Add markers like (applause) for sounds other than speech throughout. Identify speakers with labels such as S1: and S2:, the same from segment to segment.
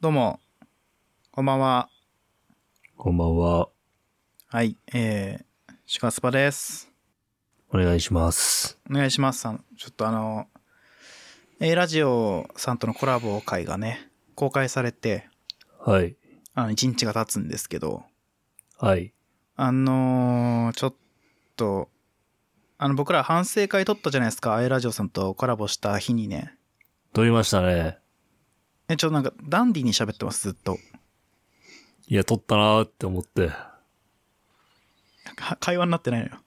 S1: どうも、こんばんは。
S2: こんばんは。
S1: はい、えー、シカスパです。
S2: お願いします。
S1: お願いします。さんちょっとあの、A ラジオさんとのコラボ会がね、公開されて、
S2: はい。
S1: あの、1日が経つんですけど、
S2: はい。
S1: あのーちょっと、あの、僕ら反省会撮ったじゃないですか、A ラジオさんとコラボした日にね。
S2: 撮りましたね。
S1: え、ちょっとなんか、ダンディに喋ってます、ずっと。
S2: いや、撮ったなーって思って。
S1: は会話になってないのよ。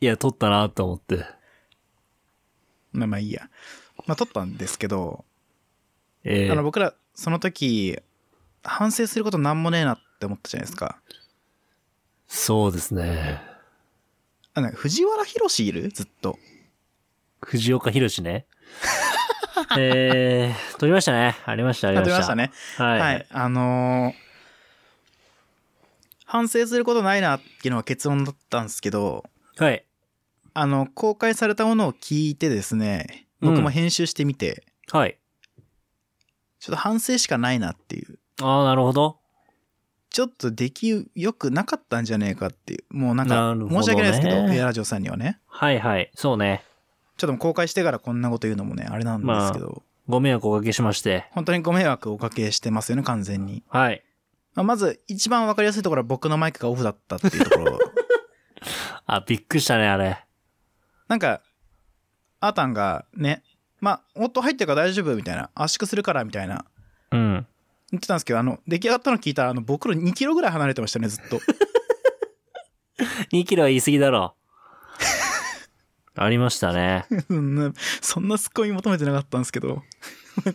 S2: いや、撮ったなーって思って。
S1: まあまあいいや。まあ撮ったんですけど、
S2: ええ
S1: あの僕らその時反省することなんもねえなって思ったじゃないですか
S2: そうですね。
S1: あなんか藤原宏いるずっと
S2: 藤岡弘ね。 (laughs) ええ撮りましたね。ありました、あ
S1: あ
S2: りま
S1: 撮
S2: し
S1: りました。
S2: た。
S1: ね
S2: は。
S1: はいい、あのー反省することないなっていうのが結論だったんですけど
S2: はい。
S1: あの公開されたものを聞いてですね僕も編集してみて、
S2: はい。
S1: ちょっと反省しかないなっていう
S2: ああ、なるほど。
S1: ちょっと出来良くなかったんじゃねえかっていうもうなん
S2: な
S1: か
S2: るほどね
S1: 申し訳ないですけどエアラジオさんにはね
S2: はいはい。そうね。
S1: ちょっともう公開してからこんなこと言うのもねあれなんですけど、
S2: ご迷惑おかけしまして。
S1: 本当にご迷惑をおかけしてますよね、完全に。
S2: はい。
S1: まあ、まず、一番わかりやすいところは僕のマイクがオフだったっていうとこ
S2: (laughs)
S1: ろ。
S2: あ、びっくりしたね、あれ。
S1: なんか、あーたんがね、まあ、音入ってるから大丈夫みたいな、圧縮するからみたいな、
S2: うん。
S1: 言ってたんですけど、あの、出来上がったの聞いたら、あの、僕ら2キロぐらい離れてましたね、ずっと。 (laughs)
S2: 2キロは言い過ぎだろ。ありましたね。
S1: うんそんなすっごい求めてなかったんですけど。 (laughs)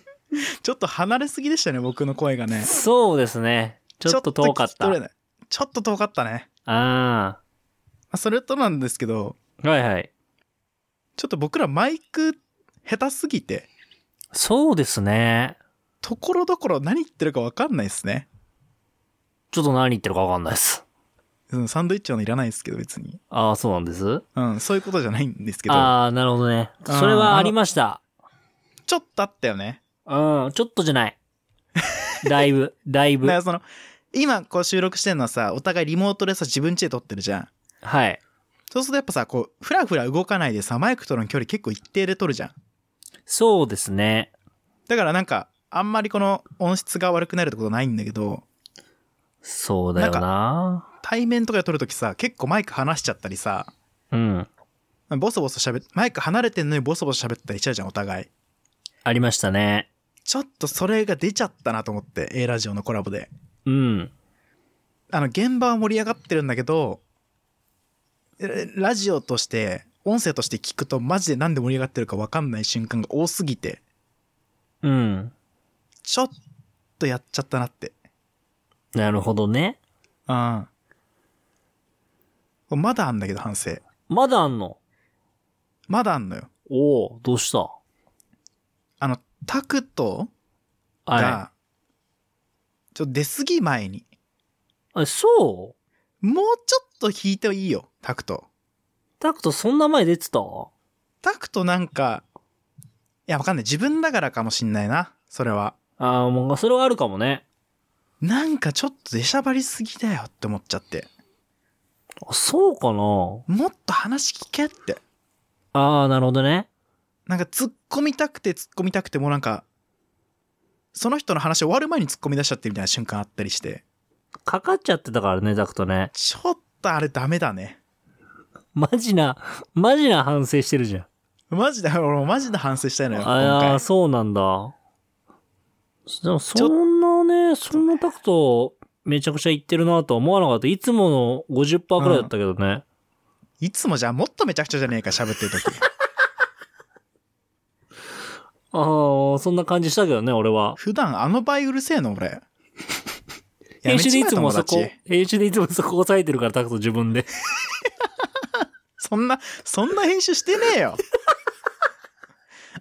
S1: ちょっと離れすぎでしたね、僕の声がね。
S2: そうですね。ちょっと遠かっ
S1: ちょ
S2: た。
S1: と聞き取れないちょっと遠かったね。
S2: あ
S1: まあそれとなんですけど、
S2: あ。はいはい。
S1: ちょっと僕らマイク下手すぎて、
S2: そうですね。
S1: ところどころ何言ってるか分かんないですね。
S2: ちょっと何言ってるかわかんないです。
S1: うんサンドイッチはのいらないですけど、別に。
S2: ああ、そうなんです。
S1: うん、そういうことじゃないんですけど、
S2: ああ、なるほどね。それはありました。
S1: ちょっとあったよね。
S2: うん、ちょっとじゃない。だ
S1: (laughs)
S2: いぶ、だい
S1: だ
S2: ぶ
S1: か。らその、今こう収録してるのはさ、お互いリモートでさ、自分家で撮ってるじゃん。
S2: はい。
S1: そうするとやっぱさ、こう、ふらふら動かないでさ、マイクとの距離結構一定で撮るじゃん。
S2: そうですね。
S1: だからなんか、あんまりこの音質が悪くなるってことないんだけど、
S2: そうだよな
S1: 対面とかで撮るときさ、結構マイク離しちゃったりさ、
S2: うん。
S1: ボソボソ喋っマイク離れてんのにボソボソ喋ったりしちゃうじゃん、お互い。
S2: ありましたね。
S1: ちょっとそれが出ちゃったなと思って、A ラジオのコラボで。
S2: うん。
S1: あの、現場は盛り上がってるんだけど、えラジオとして、音声として聞くとマジでなんで盛り上がってるか分かんない瞬間が多すぎて、
S2: うん。
S1: ちょっとやっちゃったなって。
S2: なるほどね。
S1: うん。まだあんだけど反省。
S2: まだあんの
S1: まだあんのよ。
S2: おおどうした
S1: あの、タクト
S2: は
S1: が、ちょっと出過ぎ前に、
S2: い。あ、そう
S1: もうちょっと引いていいよ、タクト。
S2: タクトそんな前出てた
S1: タクトなんか、いや、わかんない。自分だからかもしんないな。それは。
S2: ああ、もうそれはあるかもね。
S1: なんかちょっと出しゃばりすぎだよって思っちゃって。
S2: あそうかな
S1: もっと話聞けって。
S2: ああ、なるほどね。
S1: なんか突っ込みたくて突っ込みたくてもうなんか、その人の話終わる前に突っ込み出しちゃってみたいな瞬間あったりして、
S2: かかっちゃってたからね、ダクトね。
S1: ちょっとあれダメだね。
S2: マジな、マジな反省してるじゃん。
S1: マジで、俺もマジで反省したいのよ。今
S2: ああ、
S1: 回。
S2: そうなんだ。でもそんなね、そんなタクト、めちゃくちゃ行ってるなとは思わなかった。いつもの50%くらいだったけどね。
S1: いつもじゃあもっとめちゃくちゃじゃねえか、喋ってる時。 (laughs)
S2: ああ、そんな感じしたけどね、俺は。
S1: 普段あの倍うるせえの、
S2: (laughs)
S1: 俺。や
S2: 編
S1: め
S2: 集
S1: ち
S2: で
S1: ま
S2: い
S1: え
S2: つもそ
S1: 友
S2: こ
S1: 達、
S2: 編集でいつもそこ押さえてるから、タクト自分で。
S1: そんな、そんな編集してねえよ。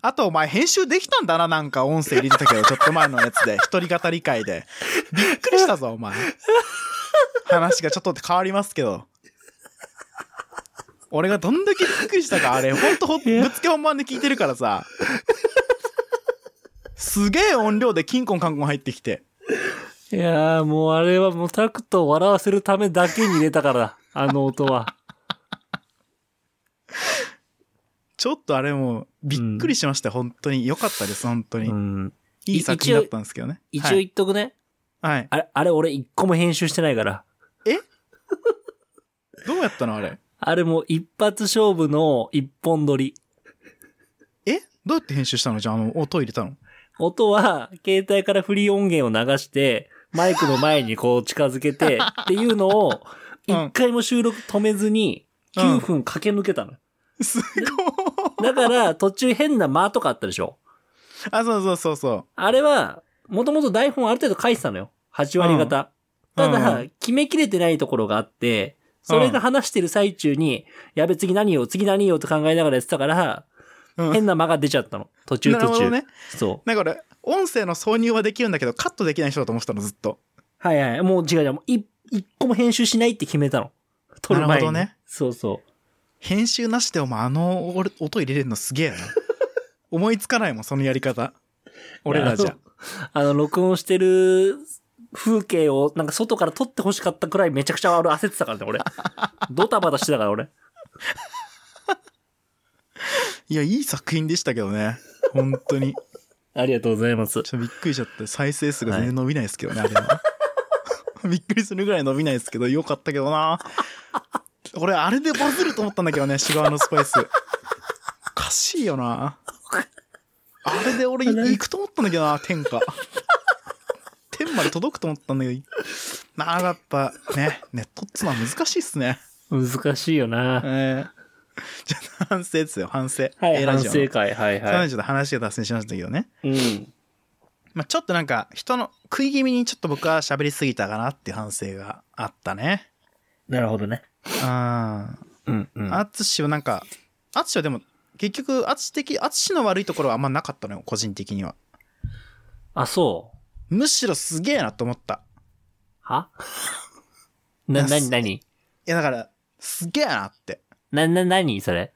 S1: あとお前編集できたんだななんか音声入れてたけどちょっと前のやつで一人語り会でびっくりしたぞお前話がちょっと変わりますけど俺がどんだけびっくりしたかあれほんとほぶつけ本番で聞いてるからさすげえ音量でキンコンカンコン入ってきて
S2: いやー、もうあれはもうタクトを笑わせるためだけに入れたから、あの音は。
S1: ちょっとあれもびっくりしました、本当に。良かったです、本当
S2: う
S1: に。
S2: ん。
S1: いい作品だったんですけどね。
S2: 一
S1: は
S2: 応
S1: い、
S2: 言っとくね。
S1: はい。
S2: あれ、あれ俺一個も編集してないから。
S1: どうやったのあれ。
S2: あれもう一発勝負の一本撮り。
S1: えどうやって編集したのじゃあ、あの、音入れたの
S2: 音は、携帯からフリー音源を流して、マイクの前にこう近づけ
S1: (laughs)
S2: て、っていうのを、
S1: うん
S2: 一回も収録止めずに、
S1: うん
S2: 9分駆け抜けたの。
S1: すごい。
S2: だから、途中変な間とかあったでしょ
S1: あ、そうそうそうそ
S2: あれは、もともと台本ある程度書いてたのよ。8割方。
S1: うん
S2: ただ、
S1: う
S2: 決めきれてないところがあって、それが話してる最中に、やべ、次何よ、次何よと考えながらやってたから、
S1: う。うん。
S2: 変な間が出ちゃったの。途中
S1: なる
S2: 途
S1: ほど
S2: 中。
S1: ね。
S2: そう。
S1: なんか俺、音声の挿入はできるんだけど、カットできない人だと思ってたの、ずっと。
S2: はいはい。もう違う違う。もうい一個も編集しないって決めたの。撮る前に。
S1: なるほどね。
S2: そうそ
S1: 編集なしでお前あの俺音入れれるのすげ (laughs) えな思いつかないもんそのやり方俺らじゃ
S2: う。あの、 (laughs) 録音してる風景を、なんか外から撮って欲しかったくらいめちゃくちゃ俺焦ってたからね、俺。ドタバタしてたから俺。
S1: いやいい作品でしたけどね本当に
S2: ありがとうございます。
S1: ちょっとびっくりしちゃって再生数が全然伸びないですけどね、あれは (laughs) びっくりするぐらい伸びないですけどよかったけどな俺あれでバズると思ったんだけどねシガーのスパイスおかしいよなあれで俺い行くと思ったんだけどな天下天まで届くと思ったんだけどなあやっぱねネットっつうのは難しいっすね
S2: 難しいよな。
S1: えーじゃあ反省ですよ、反省。
S2: はい、
S1: A ラ
S2: 反
S1: ジオの
S2: 省会。はいはい。
S1: 30で話が脱線しましたけどね。
S2: うん。
S1: まあ、ちょっとなんか、人の食い気味にちょっと僕は喋りすぎたかなっていう反省があったね。
S2: なるほどね。
S1: うん。
S2: うんうん。
S1: アツシはなんか、アツシはでも、結局、アツシ的、アツシの悪いところはあんまなかったのよ、個人的には。
S2: あ、そう。
S1: むしろすげえなと思った。
S2: は (laughs) な、
S1: な
S2: な
S1: す
S2: になに
S1: いや、だから、すげえなって。
S2: な、な、なにそれ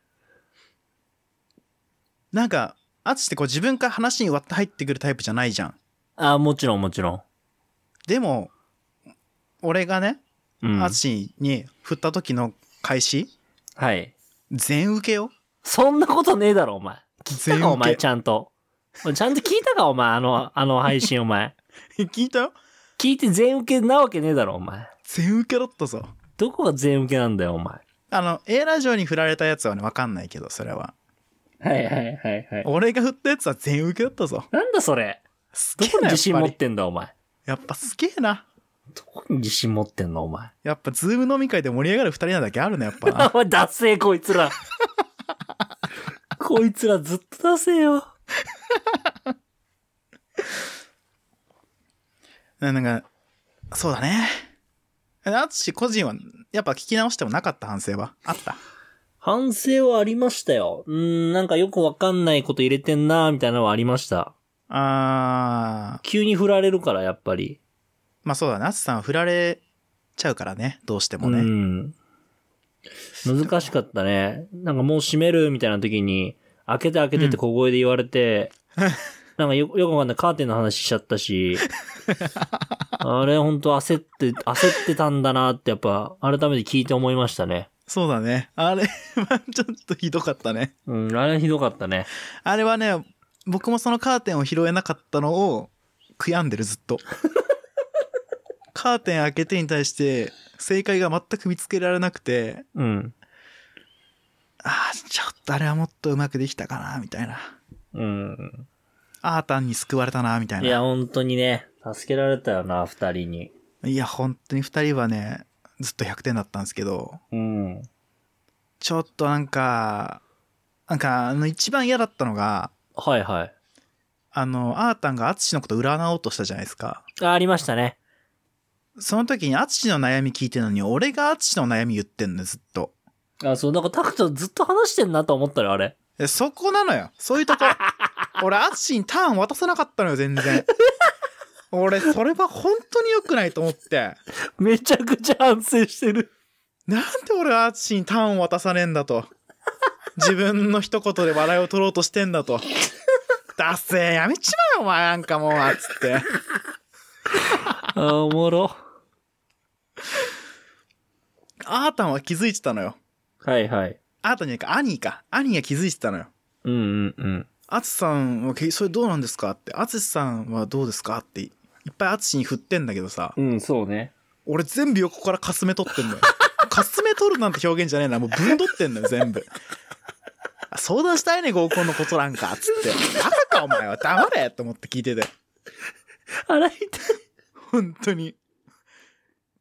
S1: なんか、アツシってこう自分から話に割って入ってくるタイプじゃないじゃん。
S2: あ、もちろんもちろん。
S1: でも、俺がね、
S2: うん。
S1: アツシに振った時の開始、
S2: はい。
S1: 全受けよ。 (laughs)
S2: そんなことねえだろ、お前。聞い
S1: 全
S2: たか、お前、
S1: 受
S2: ちゃんと。お前ちゃんと聞いたか、お前、あの、あの配信、お前。
S1: け。聞いたよ
S2: 聞いて全受けなわけねえだろ、お前。
S1: 全受けだったぞ。
S2: どこが全受けなんだよ、お前。
S1: あの、A ラジオに振られたやつはね、わかんないけど、それは。
S2: はいはいはいは。
S1: 俺が振ったやつは全受けだったぞ。
S2: なんだそれ。
S1: す
S2: ど
S1: げえ
S2: こに
S1: な、や
S2: 自
S1: っ
S2: 信
S1: ぱ
S2: 持っ
S1: り。
S2: てんだ、お前。
S1: やっぱすげえな。
S2: どこに自信持ってんの、お前。
S1: やっぱ、ズーム飲み会で盛り上がる二人なだけあるね、やっぱ
S2: あ
S1: (laughs) な。、
S2: (laughs) お前、ダセえ、こいつ
S1: (laughs)
S2: ら。こいつらずっとダセえよ。
S1: ななんか、そうだね。あつし個人は、やっぱ聞き直してもなかった反省はあった。
S2: 反省はありましたよ。うーん、なんかよくわかんないこと入れてんなーみたいなのはありました。
S1: あー、
S2: 急に振られるから、やっぱり。
S1: まあそうだね。あつさんは振られちゃうからね、どうしてもね。
S2: うん。難しかったね。なんかもう閉めるみたいな時に、開けて開けてって小声で言われ
S1: (laughs)
S2: て、なんかよよくわかんないカーテンの話しちゃった
S1: (laughs)
S2: し、あれ本当焦って、焦ってたんだなってやっぱ改めて聞いて思いましたね。
S1: そうだね。あれはちょっとひどかったね。
S2: うん、あれひどかったね。
S1: あれはね、僕もそのカーテンを拾えなかったのを悔やんでるずっと。カーテン開けてに対して正解が全く見つけられなくて、
S2: うん。
S1: ああ、ちょっとあれはもっとうまくできたかな、みたいな。
S2: うん。
S1: ああ、単に救われたな、みたい
S2: い
S1: な。いや、
S2: や、本当にね、助けられたよな、二人に。
S1: 本当に二人はね、ずっと100点だったんですけど、
S2: うん。
S1: ちょっとなんか、なんか、あの、一番嫌だったのが、
S2: はいはい。
S1: あの、あーたんがアツシのこと占おうとしたじゃないですか。
S2: あ、ありましたね。
S1: その時にアツシの悩み聞いてるのに、俺がアツシの悩み言ってんのよずっと。
S2: あ、そう、なんかタクトずっと話してんなと思ったらあれ。
S1: えそこなのよ。そういうとこ。俺、アツシにターン渡さなかったのよ、全然。俺、それは本当に良くないと思って。
S2: めちゃくちゃ反省してる。
S1: なんで俺はアツシにターンを渡さねえんだと。自分の一言で笑いを取ろうとしてんだと。だっせーやめちまえよ、お前なんかもう、つって。
S2: あ、おもろ。
S1: あーたんは気づいてたのよ。
S2: はいはい。
S1: あーたんじゃないか、アニーか。アニーが気づいてたのよ。
S2: うんうんうん。
S1: アツさんはけ、それどうなんですかって、アツシさんはどうですかって、いっぱいアツシに振ってんだけどさ、
S2: うん、そうね。
S1: 俺全部横からかすめ取ってんのよ。 (laughs) かすめ取るなんて表現じゃねえな、もうぶんどってんのよ、全部。あ相談したいね、合コンのことなんか、つって。バカか、お前は。黙れと思って聞いてて。
S2: 洗いたい。
S1: 本当に。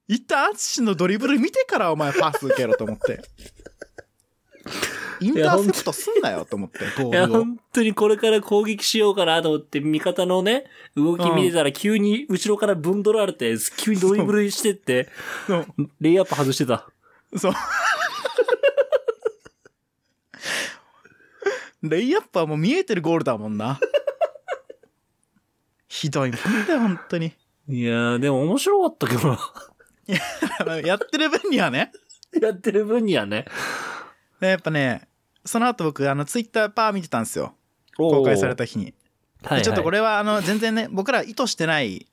S1: 一旦アツシのドリブル見てからお前パス受けろと思って。インターセプトすんなよと思って、ボ
S2: いや、
S1: ールを。
S2: 本当にこれから攻撃しようかなと思って、味方のね、動き見てたら急に後ろからぶんどられて、急にドリブルして (laughs) って、
S1: そう
S2: レイアップ外してた。
S1: そう。レイアップはもう見えてるゴールだもんな。ひどいもんだよ、本当に。
S2: いやー、でも面白かったけどな。
S1: やってる分にはね。
S2: やってる分にはね。
S1: でやっぱね、その後僕、あの、ツイッターパー見てたんですよ。
S2: 公
S1: 公開され。た日に。
S2: はい、はい。
S1: ちょっとこ
S2: れ。
S1: れは、あの、全然ね、僕ら意図してない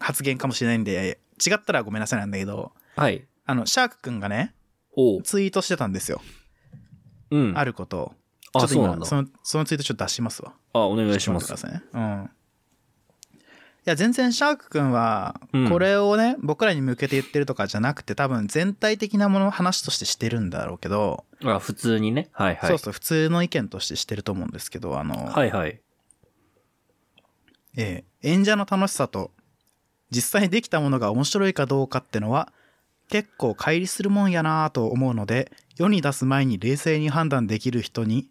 S1: 発言かもしれないんで、違ったらごめんなさいなんだけど、
S2: はい。
S1: あの、シャークくんがね、
S2: おう。
S1: ツイートしてたんですよ。
S2: うん。
S1: あることを。
S2: あ
S1: ちょっと
S2: そうなん
S1: 今、
S2: だ
S1: その、そのツイートちょっと出しますわ。
S2: あ、お願いします
S1: ちょっ。と待ってくださいね。うん。いや、全然シャークくんは
S2: うん、
S1: これをね、僕らに向けて言ってるとかじゃなくて、多分全体的なもの話としてしてるんだろうけど、
S2: あ、普通にね。はいはい。
S1: そうそう、普通の意見としてしてると思うんですけど、あの、
S2: はいはい。
S1: ええ演者の楽しさと、実際にできたものが面白いかどうかってのは、結構乖離するもんやなぁと思うので、世に出す前に冷静に判断できる人に、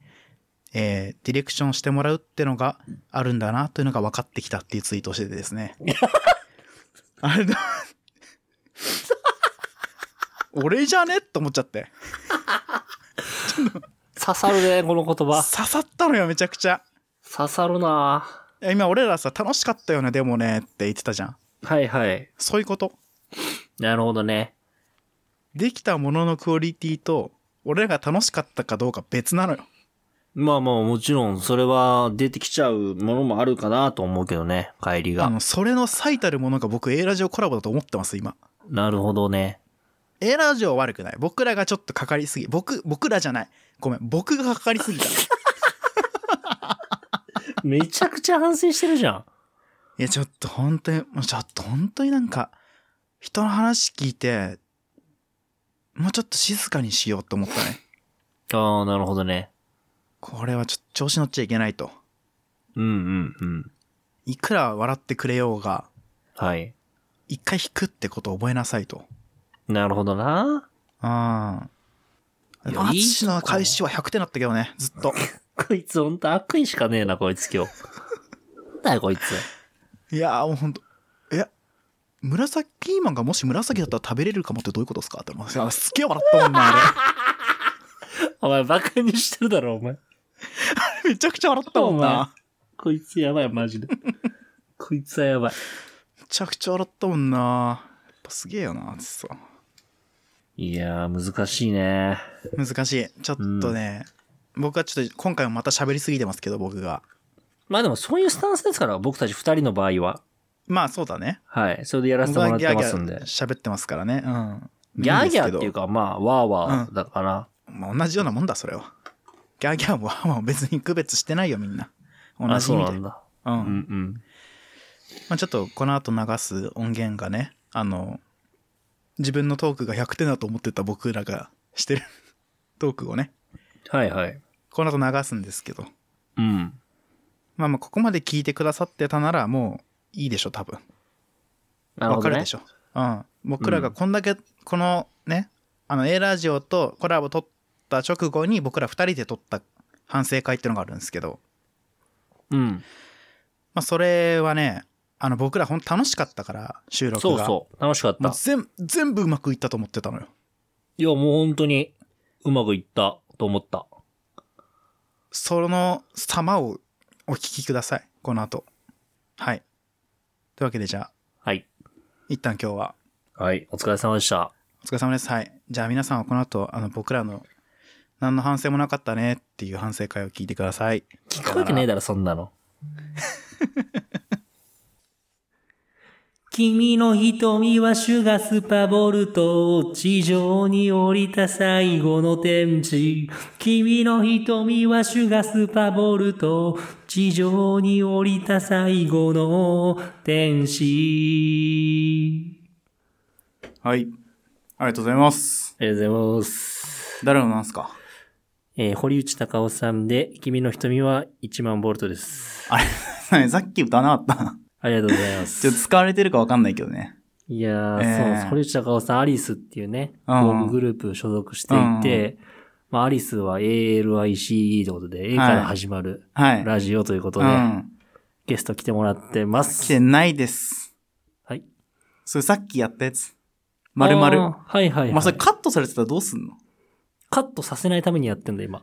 S1: えーディレクションしてもらうってのがあるんだなというのが分かってきたっていうツイートをしててですね。あれだ。俺じゃねと思っちゃって。
S2: 刺さる (laughs) ね、この言葉
S1: 刺。さったのよ、めちゃくちゃ。
S2: 刺さるない
S1: や今俺らさ、楽しかったよね、でもね、って言ってたじゃん。
S2: はいはい。
S1: そういうこと。
S2: なるほどね。
S1: できたもののクオリティと俺らが楽しかったかどうか別なのよ
S2: まあまあもちろん、それは出てきちゃうものもあるかなと思うけどね、帰り
S1: あ
S2: が。
S1: のそれの最たるものが僕 A ラジオコラボだと思ってます今
S2: なるほどね。
S1: A ラジオは悪くない僕らがちょっとかかりすぎ僕僕らじゃないごめん僕がかかりすぎたい
S2: めちゃくちゃ反省してるじ (laughs) ゃん。
S1: やちょっと本当にもうちょっと本当になんか人の話聞いてもうちょっと静かにしようと思ったね
S2: ああ、なるほどね。
S1: これはちょっと調子乗っちゃいけないと
S2: うんうんうん。
S1: いくら笑ってくれようが
S2: はい。
S1: 一回引くってことを覚えなさいと
S2: なるほどな。
S1: ああ。
S2: いや
S1: マ
S2: いい
S1: ッチ
S2: と
S1: の
S2: こ
S1: 開始は100点だったけどね、ずっ
S2: (laughs)
S1: と。
S2: こいつほんと悪意しかねえな、こいつ今日。なんだよ、こいつ。
S1: いやーもうほんと。え、紫ピーマンがもし紫だったら食べれるかもってどういうことですかって思って。あすっげえ笑ったもんな、あ
S2: お前バカにしてるだろ、お前。 (laughs)
S1: れ。めちゃくちゃ笑ったもんな。
S2: こいつやばい、マジで。こいつはやばい。
S1: めちゃくちゃ笑ったもんな。やっぱすげえよな、つさ。
S2: いやー、難しいね。
S1: 難しい。ちょっとね、僕はちょっと今回もまた喋りすぎてますけど、僕が。
S2: まあでもそういうスタンスですから、僕たち二人の場合は。
S1: まあそうだね。
S2: はい。それでやらせて
S1: 僕は
S2: もらっ
S1: ギ
S2: て
S1: ャー
S2: ま
S1: ギ
S2: すん
S1: ャ
S2: で
S1: ー。喋ってますからね。うん。
S2: ギャ
S1: いい
S2: ーギャ
S1: ん
S2: ー
S1: です
S2: って
S1: け
S2: い
S1: ど
S2: うか、まあ、ワーワーだから。
S1: まあ、同じようなもんだ、それは。ギャーギャーもワーワーも別に区別してないよ、みんな。同
S2: あ、
S1: じ
S2: そ
S1: 意
S2: う
S1: 味で。うん
S2: な
S1: ん。
S2: だ。うんうん。
S1: まあ、ちょっと、この後流す音源がね、あの、自分のトークが100点だと思ってた僕らがしてる (laughs) トークをね、
S2: はいはい。
S1: この後流すんですけど、
S2: うん。
S1: まあまあ、ここまで聞いてくださってたなら、もういいでしょ、多分。
S2: なる
S1: わ
S2: ほ
S1: か
S2: ど
S1: る
S2: ね
S1: でし。ょ。うん。僕らがこんだけ、このね、あの、A ラジオとコラボ撮った直後に、僕ら2人で撮った反省会ってのがあるんですけど、
S2: うん。
S1: まあ、それはね、あの、僕らほんと楽しかったから、収録
S2: そう
S1: が。
S2: そう。楽しかっ
S1: も
S2: た
S1: う。全全部うまくいったと思ってたのよ。
S2: いや、もう本当に、うまくいったと思った。
S1: その様をお聞きください。この後。はい。というわけでじゃあ、
S2: はい。
S1: 一旦今日は、
S2: はい。お疲れ様でした。
S1: お疲れ様です。はい。じゃあ皆さんはこの後、あの、僕らの、何の反省もなかったねっていう反省会を聞いてください。
S2: 聞くわけねえだろ、そんなの。君の瞳はシュガスパボルト。地上に降りた最後の天地。君の瞳はシュガスパボルト。地上に降りた最後の天使。
S1: はい。ありがとうございます。
S2: ありがとうございます。
S1: 誰のなんすか
S2: えー堀内隆夫さんで、君の瞳は1万ボルトです。
S1: あれ、 (laughs) 何さっき歌わなかった。
S2: ありがとうござい
S1: ちょ
S2: ま
S1: っ
S2: す。
S1: と使われてるかわかんないけどね。
S2: いやー、
S1: えー
S2: そうです。堀内隆夫さん、アリスっていうね、フ
S1: う
S2: ォ
S1: んうん
S2: ークグループ所属していて、まあ、アリスは ALICE ということで、A
S1: はい
S2: から始まる
S1: はい。
S2: ラジオということ
S1: う
S2: で、
S1: ん。
S2: ゲスト来てもらってま
S1: 来
S2: す。
S1: てないです。
S2: はい。
S1: それさっきやったやつ。まるまる。
S2: あーはいはい、はい。
S1: まあ、それカットされてたらどうすんの (laughs)
S2: カットさせないためにやってんだ、今。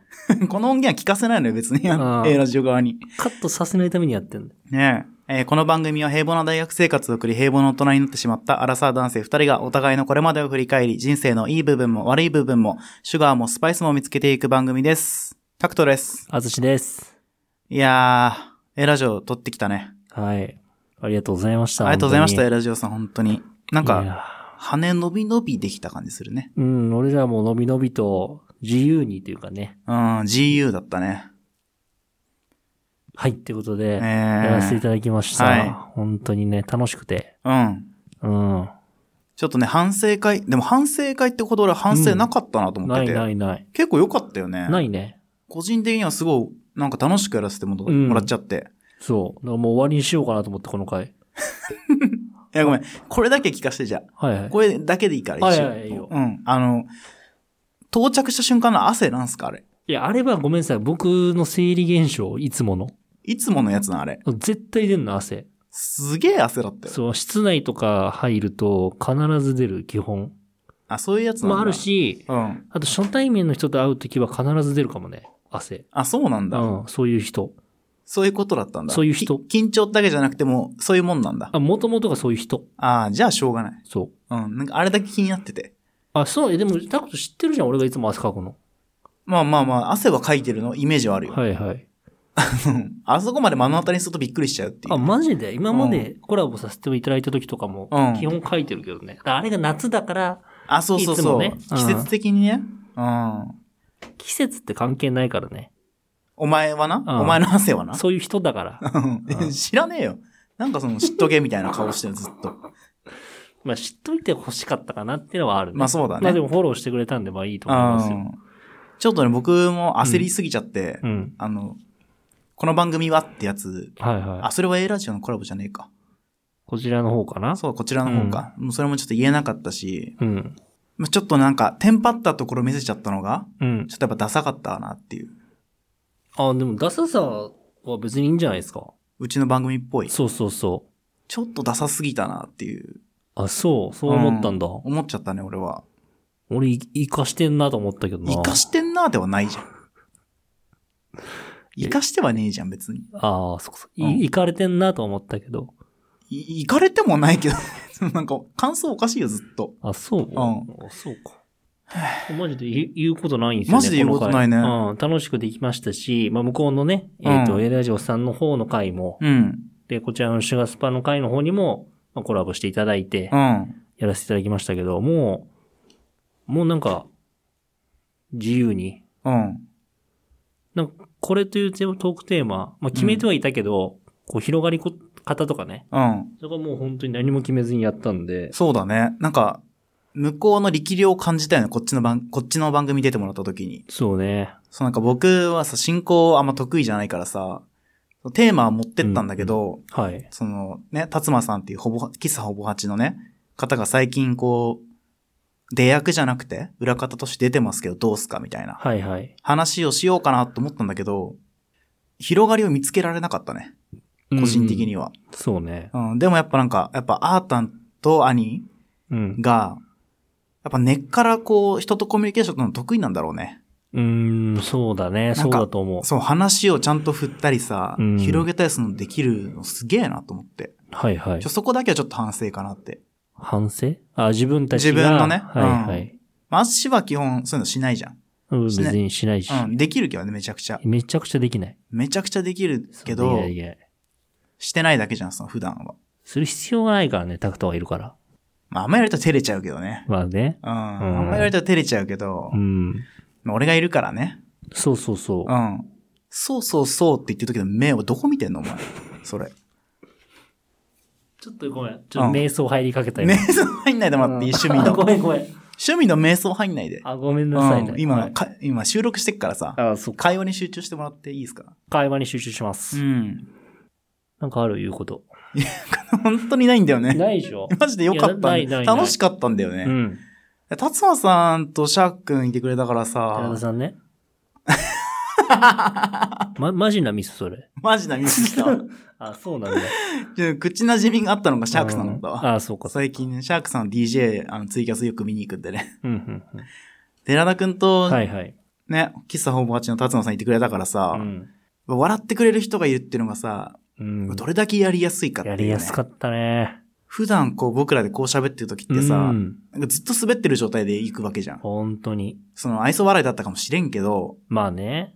S1: この音源は聞かせないのよ、別に。
S2: ん
S1: A ラジオ側に。
S2: カットさせないためにやってんだ。
S1: ねえ。えーこの番組は平凡な大学生活を送り平凡な大人になってしまったアラサー男性2人がお互いのこれまでを振り返り人生のいい部分も悪い部分もシュガーもスパイスも見つけていく番組です。タクトです。
S2: あずしです。
S1: いやー、A ラジオ撮ってきたね。
S2: はい。ありがとうございました。
S1: ありがとうございました、
S2: 本
S1: A ラジオさん、本当に。なん
S2: 当に。い
S1: か、
S2: やー
S1: 羽伸び伸びできた感じするね。
S2: うん、俺らも伸び伸びと自由にというかね。
S1: うん、GU だったね。
S2: はい、ってこと
S1: え
S2: で、やらせてい
S1: ー、
S2: ただきました。
S1: はい
S2: 本当にね、楽しくて。
S1: うん。
S2: うん。
S1: ちょっとね、反省会、でも反省会ってほど俺反省なかったなと思っ
S2: な
S1: て
S2: い
S1: て。
S2: ないない。
S1: 結構良かったよね。
S2: ないね。
S1: 個人的にはすごい、なんか楽しくやらせてもら
S2: うん
S1: もらっちゃって。
S2: そう。だからもう終わりにしようかなと思って、この回。
S1: いや、ごめん。これだけ聞かせてじゃあ。
S2: はいはい。
S1: これだけでいいから、
S2: はい
S1: 一応。
S2: はいいいよ
S1: うん。あの、到着した瞬間の汗なんすかあれ。
S2: いや、あれはごめんなさい。僕の生理現象、いつもの。
S1: いつものやつな、あれ。
S2: 絶対出るの、汗。
S1: すげえ汗だったよ。
S2: そう、室内とか入ると必ず出る、基本。
S1: あ、そういうやつなんだ。
S2: まあ、ある。し、
S1: うん。
S2: あと初対面の人と会うときは必ず出るかもね、汗。
S1: あ、そうなん
S2: う
S1: だ。
S2: ん、そういう人。
S1: そういうことだったんだ。
S2: そういう人
S1: き緊張だけじゃなくても、そういうもんなんだ。
S2: あ、もともとがそういう人。
S1: ああ、じゃあしょうがない。
S2: そう。
S1: うん。なんかあれだけ気になってて。
S2: あ、そう、え、でも、タクト知ってるじゃん、俺がいつも汗かくの。
S1: まあまあまあ、汗はかいてるのイメージはあるよ。
S2: はいはい。
S1: うん (laughs) あそこまで目の当たりにするとびっくりしちゃうっていう。
S2: あ、マジで今までコラボさせていただいた時とかも
S1: うん、
S2: 基本書いてるけどね。だからあれが夏だから、
S1: あ、そうそう
S2: いつ
S1: そ
S2: も
S1: う。
S2: ねうん
S1: 季節的にね。うん。
S2: 季節って関係ないからね。
S1: お前はな、
S2: うん
S1: お前の汗はな。
S2: そういう人だ (laughs) から。
S1: うん知ら (laughs) ねえよ。なんかその、知っとけみたいな顔してる、ずっと。
S2: まあ知っといてほしかったかなっていうのはある、
S1: (laughs)
S2: ね。
S1: まあそうだ
S2: まあで
S1: ね。
S2: もフォローしてくれたんで、まあいいと思いますよ。
S1: うんちょっとね、僕も焦りすぎちゃって、
S2: うん。
S1: あの、この番組はってやつ、
S2: はいは
S1: あ、
S2: い。
S1: それは A ラジオのコラボじゃねえか。
S2: こちらの方かな
S1: そう、こちらの方か。もうそれもちょっと言えなかったし、
S2: うん。
S1: まあちょっとなんか、テンパったところ見せちゃったのが、
S2: うん。
S1: ちょっとやっぱダサかったなっていう。
S2: あ、でもダサさは別にいいんじゃないですか。
S1: うちの番組っぽい。
S2: そうそうそう。
S1: ちょっとダサすぎたなっていう。
S2: あ、そう、そう思ったんだ。
S1: う思っちゃったね、俺は。
S2: 俺、い生かしてんなと思ったけどな。
S1: 生かしてんなーではないじゃん。生かしてはねえじゃん、別に。
S2: ああ、そこそこ。
S1: うん
S2: い、行かれてんなと思ったけど。
S1: い、行かれてもないけど、 (laughs) なんか、感想おかしいよ、ずっと。
S2: あ、そう、
S1: ん
S2: あそうか。マジで言う言うことないんですよね。
S1: マジで言うことないね
S2: この回うん、楽しくできましたし、まあ、向こうのね、えっ、と、
S1: うん
S2: エラジオさんの方の回も、
S1: うん。
S2: で、こちらのシュガスパの回の方にも、まあ、コラボしていただいて
S1: う、ん。
S2: やらせていただきましたけど、もう、もうなんか、自由に、
S1: うん。
S2: なんか、これというテーマトークテーマ、まあ、決めてはいたけど、こう、広がりこ方とかね、
S1: うん。
S2: そこはもう本当に何も決めずにやったんで、
S1: そうだね。なんか、向こうの力量を感じたよね、こっちの番、こっちの番組出てもらった時に。
S2: そうね。
S1: そう、なんか僕はさ、進行あんま得意じゃないからさ、テーマは持ってったんだけど、
S2: はい。
S1: そのね、達馬さんっていうほぼ、喫茶ほぼ八のね、方が最近こう、出役じゃなくて、裏方として出てますけどどうすかみたいな
S2: はいはい。
S1: 話をしようかなと思ったんだけど、広がりを見つけられなかったね。個人的には。
S2: そうね。
S1: うん、でもやっぱなんか、やっぱアータンと兄
S2: うん。
S1: が、やっぱ根っからこう、人とコミュニケーション取るの得意なんだろうね。
S2: うーん、そうだね。
S1: な
S2: そ
S1: ん
S2: う
S1: か
S2: だと思う。
S1: そう、話をちゃんと振ったりさ、
S2: うん
S1: 広げたりするのできるのすげえなと思って。
S2: はいはい
S1: ちょ。そこだけはちょっと反省かなって。
S2: 反省あ、自分たちが。
S1: 自分のね
S2: はいはい。
S1: まあ、足は基本そういうのしないじゃん。
S2: うん、
S1: し
S2: 別
S1: ない
S2: にしないし。
S1: うん、できるけどね、めちゃくちゃ。
S2: めちゃくちゃできない。
S1: めちゃくちゃできるけ
S2: そう
S1: ど
S2: でき、ないできない
S1: してないだけじゃん、その普段は。
S2: する必要がないからね、タクトがいるから。
S1: まあ、あんまやると照れちゃうけどね。
S2: まあね。
S1: うん。あんまやると照れちゃうけど
S2: う、ん。
S1: まあ俺がいるからね。
S2: そうそうそう
S1: う。ん。そうそうそうって言ってる時の目をどこ見てん
S2: (laughs)
S1: のお前。それ。
S2: ちょっとごめん。ちょっと瞑想入りかけたよ。
S1: 瞑想入んないでもらっていい趣味
S2: あ
S1: の。
S2: (laughs) ごめんごめん。
S1: 趣味の瞑想入んないで。
S2: あ、ごめんなさいね
S1: う。ん、今、
S2: はい
S1: か今収録してっからさ、
S2: あ、そうか。
S1: 会話に集中してもらっていいですか
S2: 会話に集中します。
S1: ん。
S2: なんかある言うこと。
S1: 本当にないんだよ (laughs) ね。
S2: ないでしょ
S1: マジでよかった
S2: いや
S1: ね。
S2: ないないない
S1: 楽しかったんだよ
S2: う
S1: ね。
S2: ん。
S1: 達馬さんとシャー君いてくれたから
S2: 寺
S1: さ
S2: 田、
S1: (laughs)
S2: さんね。ま、マジなミス、それ。
S1: (laughs) マジなミスしたわ。
S2: (laughs) あ、そうなんだ。
S1: ちょ口なじみがあったのがシャークさんだったわ。
S2: あ、そうか。
S1: 最近ね、シャークさんの DJ、あの、ツイキャスよく見に行くんでね。 (laughs)
S2: うん、うん、
S1: 寺田くん
S2: う
S1: と
S2: ん。、はいはい。
S1: ね、喫茶ほぼ8の達馬さんいてくれたからさ
S2: う、ん。
S1: 笑ってくれる人がいるっていうのがさ、
S2: うん。
S1: どれだけやりやすいかってい
S2: や
S1: う、ね。
S2: りやすかったね。
S1: 普段こう僕らでこう喋ってる時ってさ、
S2: うん
S1: なんかずっと滑ってる状態で行くわけじゃん。
S2: 本当に。
S1: その愛想笑いだったかもしれんけど、
S2: まあね。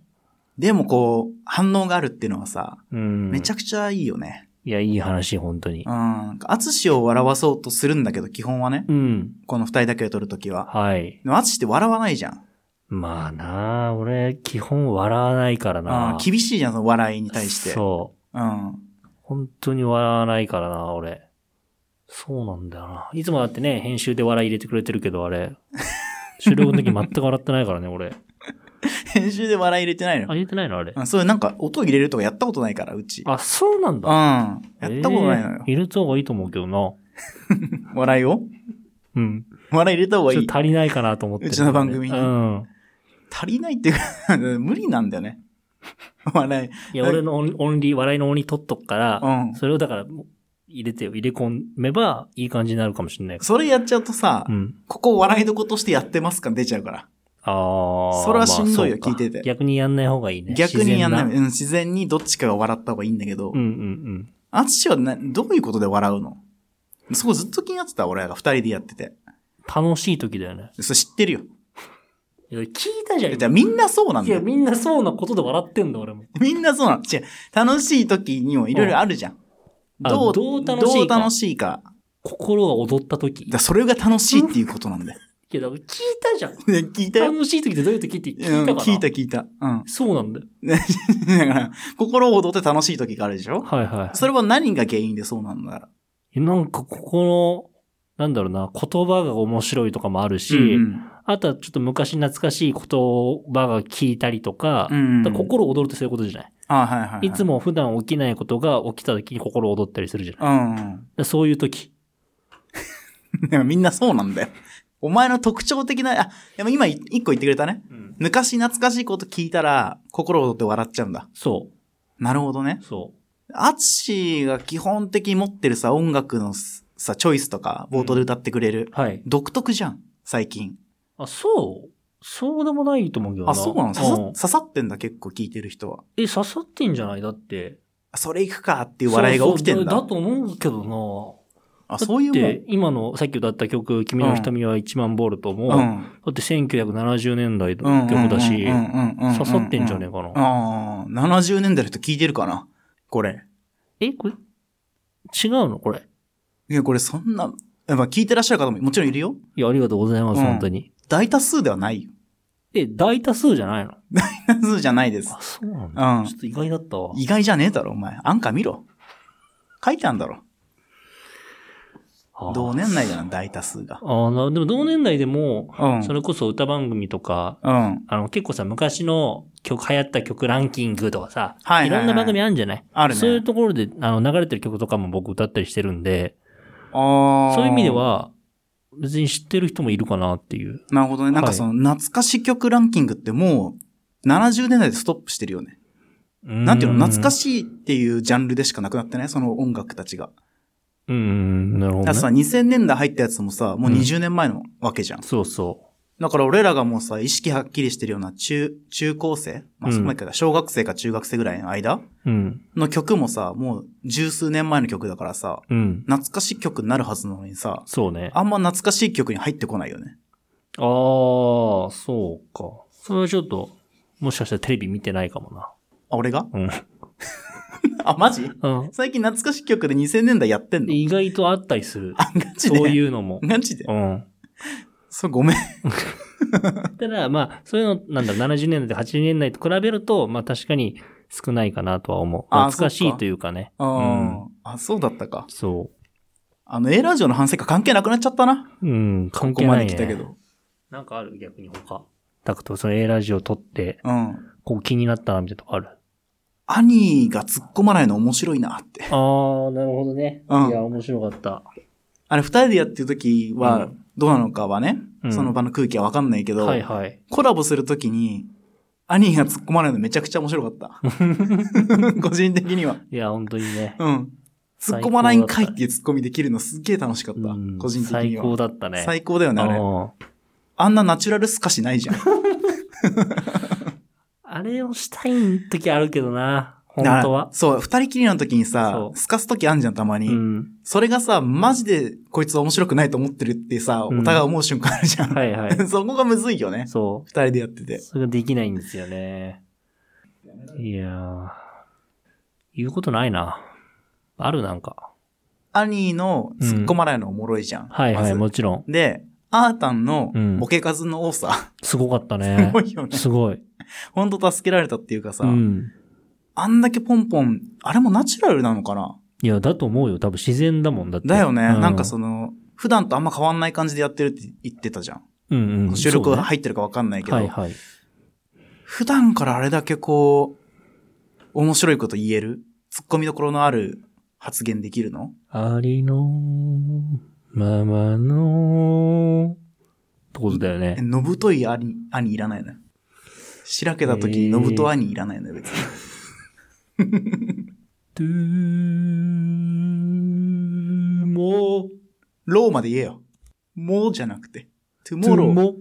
S1: でもこう、反応があるっていうのはさ、
S2: うん。
S1: めち
S2: ゃ
S1: ゃくちゃいいよね。
S2: いや、いい話、本当に
S1: うん。。なんか淳を笑わそうとするんだけど、基本はね。
S2: うん。
S1: この二人だけで撮るときは。
S2: はい。
S1: でも淳って笑わないじゃん。
S2: まあなあ、俺、基本笑わないから
S1: あ
S2: な。
S1: 厳しいじゃん、その笑いに対して。。
S2: そう
S1: ん。
S2: う。本当に笑わないからな、俺。そうなんだよな。いつもだってね、編集で笑い入れてくれてるけど、あ
S1: (laughs)
S2: れ。収録の時全く笑ってないからね、俺。
S1: 編集で笑い入れてないの。
S2: あ、入れてないのあれ
S1: う。ん、そういうなんか音入れるとかやったことないから、うち。
S2: あ、そうなん
S1: うん。
S2: だ。
S1: やったことないのよ
S2: えー。入れた方がいいと思うけどな。
S1: 笑いを
S2: うん。
S1: 笑い入れた方がい
S2: ちょっ
S1: い
S2: と。足りないかなと思ってる。
S1: うちの番組に
S2: うん。
S1: 足りないっていうか、 (laughs) 無理なんだよね。 (laughs) 笑い。
S2: いや、俺のオンオンリー、笑いのオンリー取っとくから、
S1: うん。
S2: それをだから、入れてよ、入れ込めば、いい感じになるかもしれない。
S1: それやっちゃうとさ、
S2: うん。
S1: ここ笑いどことしてやってますか出ちゃうから。
S2: ああ。
S1: それはしんどいよ
S2: まあそうか
S1: 聞いてて
S2: 逆にやんない方がいいね。
S1: 逆にやんない。
S2: 自然
S1: うん、自然にどっちかが笑った方がいいんだけど
S2: う、んうん
S1: あつしはなどういうことで笑うのそこずっと気になってた、俺らが二人でやってて。
S2: うん。楽しい時だよね。
S1: それ知ってるよ。
S2: いや聞いたじゃん。
S1: じゃあみんなそうなん
S2: い
S1: だ
S2: や、
S1: よ。
S2: みんなそうなことで笑ってんだ、俺も。
S1: みんなそうなの。違う。楽しい時にもいろいろあるじゃん。
S2: あどう楽しいか
S1: どう楽しいか。
S2: 心が踊った時。い
S1: だからそれが楽しいっていうことなんだよ。
S2: や、だから聞いたじゃん。
S1: で聞いたよ。
S2: 楽しい時ってどういう時って聞い
S1: うん
S2: たから。
S1: 聞いた聞いた。うん。 (laughs)
S2: そうなんだよ。
S1: だから、心を踊って楽しい時があるでしょ
S2: はいはい。
S1: それは何が原因でそうなんだろ
S2: なんかここの、なんだろうな、言葉が面白いとかもある
S1: う
S2: し、あとはちょっと昔懐かしい言葉が聞いたりとか、
S1: うん
S2: だから心躍るってそういうことじゃない、
S1: あはいはいはい
S2: つも普段起きないことが起きた時に心躍ったりするじゃないだか
S1: うんうん。
S2: らそういう時。
S1: でもみんなそうなんだよ。お前の特徴的な、あ、でも今い一個言ってくれたね。昔懐かしいこと聞いたら、心躍って笑っちゃうんだ。
S2: そ
S1: なるほどね
S2: う、。そ
S1: アツシが基本的に持ってるさ、音楽のさ、チョイスとか、冒頭で歌ってくれる。
S2: う。はい。
S1: 独特じゃん、最近。
S2: あ、そうそうでもないと思うけどな。
S1: あ、そうなの刺さ
S2: ん
S1: 刺さってんだ、結構聞いてる人は。
S2: え、刺さってんじゃないだって。
S1: あそれ行くかっていう笑いが起きてん
S2: そうそうだ
S1: だ
S2: だ。と思うけど
S1: あ、
S2: な。
S1: そういうも
S2: だっ
S1: ん
S2: て、今のさっき歌った曲、君の瞳は1万ボルトも、
S1: う
S2: だ
S1: ん。
S2: って1970年代
S1: うん
S2: の曲だし、
S1: うんうんうんうんうん
S2: 刺さってんじゃねえかな。
S1: ああ、70年代の人聞いてるかなこれ。
S2: え、これ、違うのこれ。
S1: いや、これそんな、やっぱ聞いてらっしゃる方ももちろんいるよ。
S2: いや、ありがとうございます、
S1: うん
S2: 本当に。
S1: 大多数ではないよ。 (laughs)
S2: え、大多数じゃないの
S1: 大多数じゃないです
S2: あ、。そうなんだ。
S1: うん
S2: ちょ。っと意外だったわ。
S1: 意外じゃねえだろ、お前。安価見ろ。書いてあんだろ。
S2: あー
S1: 同年代じゃん、大多数が。
S2: あーなでも同年代でも、
S1: うん。
S2: それこそ歌番組とか、
S1: うん。
S2: あの、結構さ、昔の曲、流行った曲ランキングとかさ、
S1: はいはいはい
S2: いろんな番組あるんじゃない
S1: あるね
S2: そういうところで、あの、流れてる曲とかも僕歌ったりしてるんで、
S1: ああ。
S2: そういう意味で。は、別に知ってる人もいるかなっていう。
S1: なるほどね。なんかその、懐かし曲ランキングってもう、70年代でストップしてるよね。な
S2: なん
S1: ていうの、懐か
S2: い。
S1: しいっていうジャンルでしかなくなってないその音楽たちが。
S2: うんうん、なるほ
S1: だ
S2: ど、
S1: ってさ、
S2: ね。
S1: 2000年代入ったやつもさ、もううん20年前のわけじゃん。
S2: そうそ
S1: だから俺らがもうさ、意識はっきりしてるような中、中高生まあ、
S2: うん
S1: そこまでか、小学生か中学生ぐらいの間
S2: う。うん、
S1: の曲もさ、もう十数年前の曲だからさ、
S2: うん。
S1: 懐かしい曲になるはずなのにさ、
S2: そうね。
S1: あんま懐かしい曲に入ってこないよね。
S2: ああ、そうか。それはちょっと、もしかしたらテレビ見てないかもな。
S1: あ、俺が
S2: うん。
S1: あ、マジ
S2: うん。
S1: 最近懐かしい曲で2000年代やってんの
S2: 意外とあったりする。
S1: あ、ガチで。
S2: そういううのも。
S1: ガチで
S2: うん。
S1: そう、ごめん。
S2: ただ、まあ、そういうの、なんだろう、70年代と80年代と比べると、まあ確かに少ないかなとは思う。
S1: あ
S2: 懐かし
S1: そっ
S2: い
S1: か
S2: というかね。
S1: あ
S2: うん
S1: ーあ、そうだったか。
S2: そ
S1: あの、A ラジオの反省会関係なくなっちゃったな。
S2: う。うん、関
S1: ここ
S2: 係
S1: ま
S2: ない、
S1: で
S2: ね。
S1: 来たけど。
S2: なんかある逆に他。タクト、その A ラジオ撮って、
S1: うん。
S2: こう気になったな、みたいなとこある。
S1: 兄が突っ込まないの面白いなって。
S2: あー、なるほどね。
S1: うん
S2: いや、面白かった。
S1: あれ、二人でやってる時
S2: う
S1: は、どうなのかはね、
S2: うん
S1: その場の空気はわかんないけど、
S2: はいはい。
S1: コラボするときに、兄が突っ込まないのめちゃくちゃ面白
S2: (laughs)
S1: かった。個人的には。
S2: いや、本当にね。
S1: うん。突っ
S2: 最
S1: 込
S2: 高だった
S1: まないんかいっていう突っ込みできるのすっげえ楽しかった。
S2: うん
S1: 個人的に
S2: 最
S1: は。
S2: 高だったね。
S1: 最高だよね、あれ。
S2: うん
S1: あんなナチュラルスカしないじ
S2: (laughs)
S1: ゃん。
S2: あれをしたい時あるけどな、本当
S1: だから
S2: は。
S1: そう、二人きりの時にさ
S2: そ、う
S1: すかす時あんじゃん、たま
S2: う
S1: に。
S2: ん。
S1: それがさ、マジでこいつ面白くないと思ってるってさ、
S2: うん
S1: お互い思う瞬間あるじゃん。
S2: はいは
S1: (laughs)
S2: い。
S1: そこがむずいよね。
S2: そ
S1: 二人でやって
S2: う。
S1: て。
S2: それができないんですよね。いやー。言うことないな。あるなんか。
S1: 兄の突っ込まないのおもろいじゃん。
S2: はいはい、
S1: ま
S2: もちろん。
S1: ずで、アータンの
S2: うん
S1: ボケ数の多さ、
S2: すごかった
S1: す (laughs)
S2: ね
S1: ご。いよね。
S2: すごい。
S1: ほんと助けられたっていうかさ、
S2: うん。
S1: あんだけポンポン、あれもナチュラルなのかない
S2: や、だと思うよ。多分自然だもんだって。
S1: だよね、
S2: う
S1: なんかその、普段とあんま変わんない感じでやってるって言ってたじゃん。
S2: うんうん。
S1: 収録
S2: そう
S1: が
S2: ね
S1: 入ってるかわかんないけど、
S2: はいはい。
S1: 普段からあれだけこう、面白いこと言える突っ込みどころのある発言できるの
S2: ありのままのってことだよ
S1: え、
S2: ね。
S1: のぶとい兄、兄いらないのよ。しらけた時にのぶと兄いらないのよ、別に。
S2: トゥーモ
S1: ローまで言えよ。もうじゃなくて。トゥ
S2: トゥ
S1: モロー。
S2: モ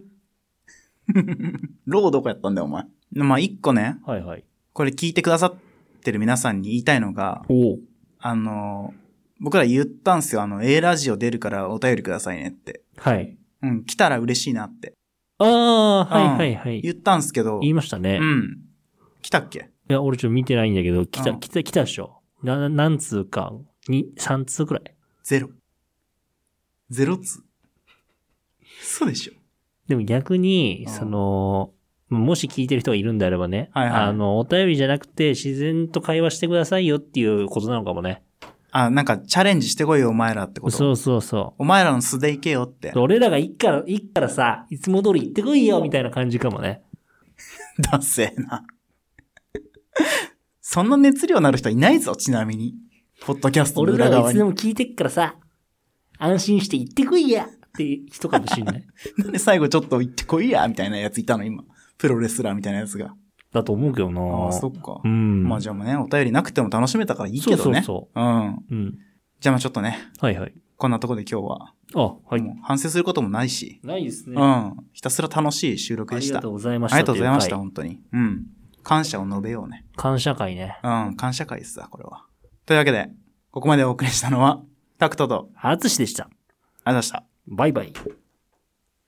S1: ローどこやったんだよ、お前。まあ、一個ね、
S2: はいはい。
S1: これ聞いてくださってる皆さんに言いたいのが、
S2: おう
S1: あの、僕ら言ったんすよ。あの、A ラジオ出るからお便りくださいねって。
S2: はい。
S1: うん、来たら嬉しいなって。
S2: ああ、はいはいは
S1: 言
S2: い。
S1: ったんすけど、
S2: 言いましたね。
S1: う
S2: い
S1: ん。来たっけ
S2: や、俺ちょっと見てないんだけど、来
S1: う
S2: た、
S1: ん
S2: 来た、来たでしょ。な、な何通か。に、三通くらい。
S1: ゼロ。ゼロつ。そうでしょ。
S2: でも逆に、
S1: うん
S2: その、もし聞いてる人がいるんであればね、
S1: はいはい
S2: あの、お便りじゃなくて自然と会話してくださいよっていうことなのかもね。
S1: あ、なんかチャレンジしてこいよ、お前らってこと。
S2: そうそうそ
S1: お前らの素でいけよって
S2: う。。俺らが行っから、行っからさ、いつも通り行ってこいよみたいな感じかもね。
S1: ダッセーな。 (laughs) そんな熱量のある人はいないぞ、ちなみに。ポッドキャストの
S2: 俺
S1: 裏
S2: らが
S1: 側
S2: いつで
S1: に。
S2: も聞いてっからさ、安心して行ってこいやっていう人かもしんない。
S1: なんで最後ちょっと行ってこいや、みたいなやついたの、今。プロレスラーみたいなやつが。
S2: (laughs) だと思うけどな
S1: ああ、そっか
S2: う。ん。
S1: まあじゃあもうね、お便りなくても楽しめたからいいけどね。
S2: そうそうそ
S1: うん。
S2: う。うん。
S1: じゃあまあちょっとね、
S2: はいはい。
S1: こんなとこで今日は、
S2: あ、はい。
S1: もう反省することもないし、
S2: ないですね。
S1: う
S2: あ
S1: ん。ひたすら楽しい収録で
S2: り
S1: し
S2: が
S1: た。
S2: とうございました。
S1: ありがとうございました、
S2: とう
S1: 本当に。うん。感謝を述べようね。
S2: 回。感謝会ね。
S1: うん、感謝会ですわ、これは。というわけで、ここまでお送りしたのは、タクトと、
S2: あつしでした。
S1: ありがとうございました。
S2: バイバイ。